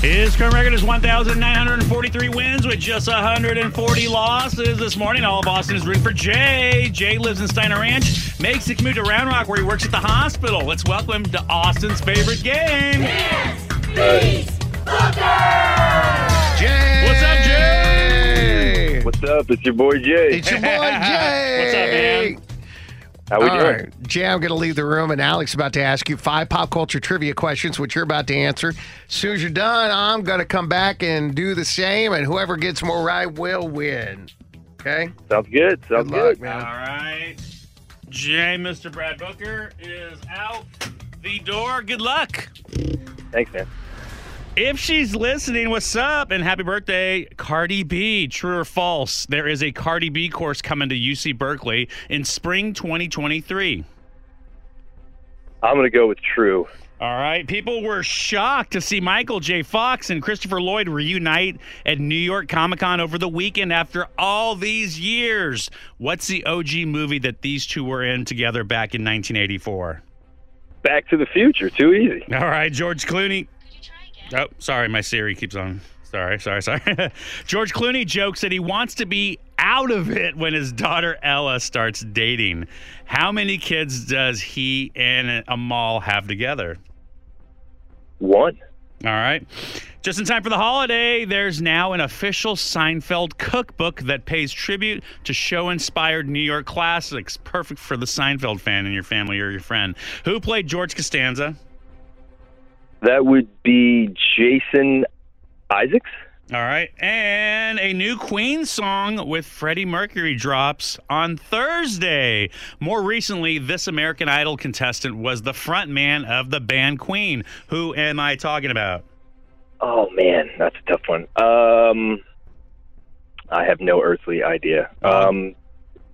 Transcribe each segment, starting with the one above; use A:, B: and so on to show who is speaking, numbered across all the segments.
A: His current record is 1,943 wins with just 140 losses. This morning, all of Austin is rooting for Jay. Jay lives in Steiner Ranch, makes the commute to Round Rock where he works at the hospital. Let's welcome him to Austin's favorite game.
B: Jay!
A: What's up,
B: Jay?
C: What's up? It's your boy Jay.
B: It's your boy Jay.
A: What's up, man?
C: How
B: All
C: we doing?
B: right, Jay, I'm going to leave the room, and Alex is about to ask you five pop culture trivia questions, which you're about to answer. As soon as you're done, I'm going to come back and do the same, and whoever gets more right will win. Okay?
C: Sounds good. Sounds
B: Good luck,
A: All
B: man.
A: right. Jay, Mr. Brad Booker is out the door. Good luck.
C: Thanks, man.
A: If she's listening, what's up? And happy birthday, Cardi B. True or false? There is a Cardi B course coming to UC Berkeley in spring 2023.
C: I'm gonna go with True.
A: All right. People were shocked to see Michael J. Fox and Christopher Lloyd reunite at New York Comic Con over the weekend after all these years. What's the OG movie that these two were in together back in 1984?
C: Back to the Future. Too easy.
A: All right, George Clooney. Oh, sorry, my Siri keeps on. Sorry, sorry, sorry. George Clooney jokes that he wants to be out of it when his daughter Ella starts dating. How many kids does he and Amal have together?
C: One.
A: All right. Just in time for the holiday, there's now an official Seinfeld cookbook that pays tribute to show inspired New York classics. Perfect for the Seinfeld fan in your family or your friend. Who played George Costanza?
C: That would be Jason Isaacs.
A: All right. And a new Queen song with Freddie Mercury drops on Thursday. More recently, this American Idol contestant was the front man of the band Queen. Who am I talking about?
C: Oh man, that's a tough one. Um, I have no earthly idea. Um,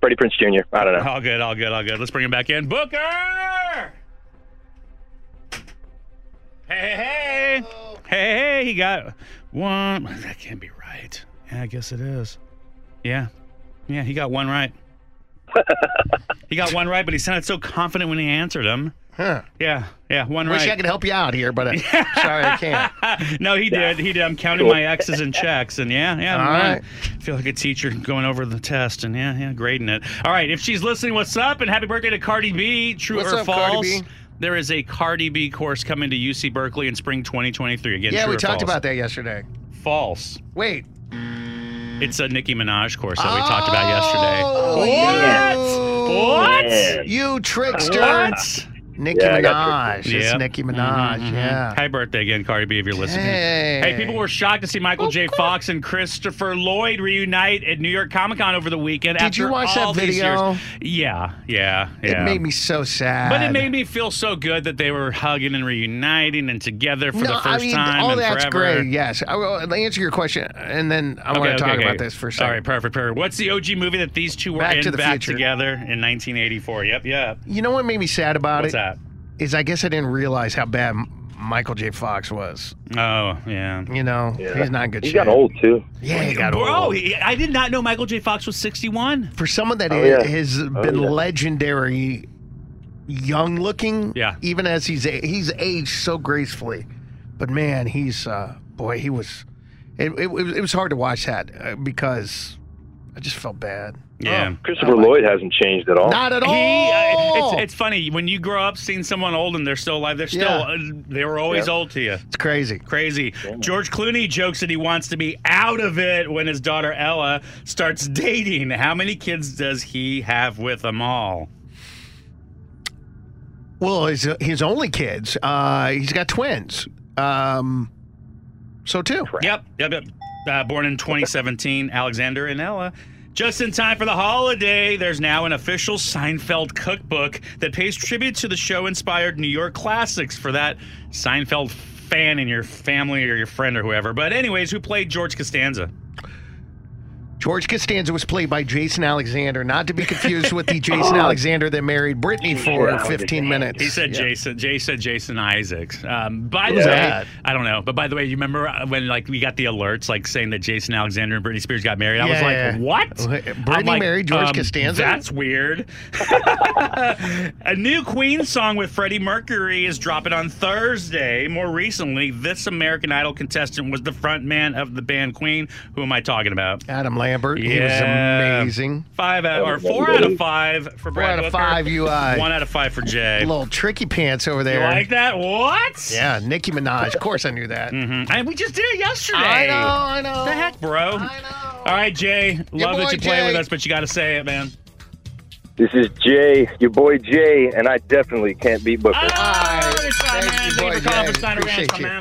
C: Freddie Prince Jr. I don't know.
A: All good, all good, all good. Let's bring him back in. Booker! Hey, hey, hey. Hey, hey, he got one. That can't be right. Yeah, I guess it is. Yeah. Yeah, he got one right. he got one right, but he sounded so confident when he answered him.
B: Huh.
A: Yeah, yeah, one
B: Wish I
A: right.
B: could help you out here, but I, sorry I can't.
A: no, he did. He did. I'm counting my X's and checks, and yeah, yeah.
B: All
A: I'm
B: right.
A: I feel like a teacher going over the test, and yeah, yeah, grading it. All right. If she's listening, what's up? And happy birthday to Cardi B. True
B: What's
A: or
B: up,
A: false?
B: Cardi B?
A: There is a Cardi B course coming to UC Berkeley in spring 2023. Again,
B: Yeah,
A: true
B: we
A: or
B: talked
A: false?
B: about that yesterday.
A: false.
B: Wait.
A: It's a Nicki Minaj course that we talked about yesterday.
B: Oh,
A: What?
B: you-
A: What?
C: Man.
B: You trickster.
A: What?
B: Nicki
C: Yeah, I got
B: Minaj. It's
A: Yep.
B: Nicki Minaj.
A: Mhm, mhm.
B: Yeah.
A: Happy birthday again, Cardi B, if you're listening.
B: Dang.
A: Hey, people were shocked to see Michael J. Fox and Christopher Lloyd reunite at New York Comic Con over the weekend.
B: Did
A: after
B: you watch that
A: all these
B: video?
A: years. Yeah, yeah,
B: It
A: yeah.
B: made me so sad.
A: but it made me feel so good that they were hugging and reuniting and together for
B: no,
A: the first
B: I mean,
A: time
B: all
A: and
B: that's
A: forever.
B: great. Yes, I will I'll answer your question, and then I want to talk about this for a second.
A: All right, perfect, perfect. What's the OG movie that these two were
B: Back
A: in
B: to the
A: back
B: Future.
A: together in 1984? Yep, yep.
B: You know what made me sad about
A: What's
B: it
A: that?
B: is I guess I didn't realize how bad M- Michael J. Fox was.
A: Oh, yeah.
B: You know,
C: Yeah.
B: he's not in good
C: He
B: shape.
C: got old too.
B: Yeah, he got
A: Bro,
B: old.
A: Oh, he- I did not know Michael J. Fox was 61.
B: for someone that
C: Oh,
B: i-
C: yeah.
B: has been
C: yeah.
B: legendary young looking
A: Yeah.
B: even as he's a- he's aged so gracefully but man he's uh boy he was it, it, was- it was hard to watch that uh, because i just felt bad
A: Yeah.
C: Christopher
B: Oh, my-
C: Lloyd hasn't changed at all.
B: not at all
A: He, uh,
B: Oh!
A: it's, it's funny when you grow up seeing someone old and they're still alive. They're still
B: Yeah.
A: uh, they were always
C: Yeah.
A: old to you.
B: It's crazy
A: Crazy. George Clooney jokes that he wants to be out of it when his daughter Ella starts dating. How many kids does he have with them all?
B: well his his only kids uh he's got twins um so too
A: Yep, yep, yep. Uh, born in 2017, Alexander and Ella. Just in time for the holiday, there's now an official Seinfeld cookbook that pays tribute to the show inspired New York classics. For that, Seinfeld fan in your family or your friend or whoever. But anyways, who played George Costanza?
B: George Costanza was played by Jason Alexander, not to be confused with the Jason
A: Oh.
B: Alexander that married Britney for
C: Yeah, I was
B: 15
C: just-
B: minutes.
A: He said
B: Yeah.
A: Jason. Jay said Jason Isaacs. Um, by the
B: Who's
A: way,
B: that?
A: I don't know. But by the way, you remember uh, when like we got the alerts like saying that Jason Alexander and Britney Spears got married? I was
B: Yeah,
A: like,
B: yeah.
A: what?
B: Britney
A: I'm like,
B: married George
A: um,
B: Costanza?
A: That's weird. A new Queen song with Freddie Mercury is dropping on Thursday. More recently, this American Idol contestant was the front man of the band Queen. Who am I talking about?
B: Adam Lambert.
A: Yeah.
B: He was amazing.
A: Five out, or four out of five for
B: Four
A: Brad
B: out of
A: Booker,
B: five UI.
A: One out of five for Jay.
B: Little tricky pants over
A: You
B: there.
A: like that? What?
B: Yeah, Nicki Minaj. Of course I knew that.
A: Mhm. And we just did it yesterday.
B: I know, I know.
A: The heck, bro.
B: I know.
A: All right, Jay.
B: Your
A: Love that
B: boy,
A: you play
B: Jay.
A: with us, but you got to say it, man.
C: This is Jay, your boy Jay, and I definitely can't beat Booker.
B: Ah,
A: Oh, it's fine,
B: Thank
A: man.
B: you,
A: Thank you for
B: boy,
A: calling
B: Jay.
A: for Steiner Ranch,
B: Appreciate
A: my
B: you.
A: man.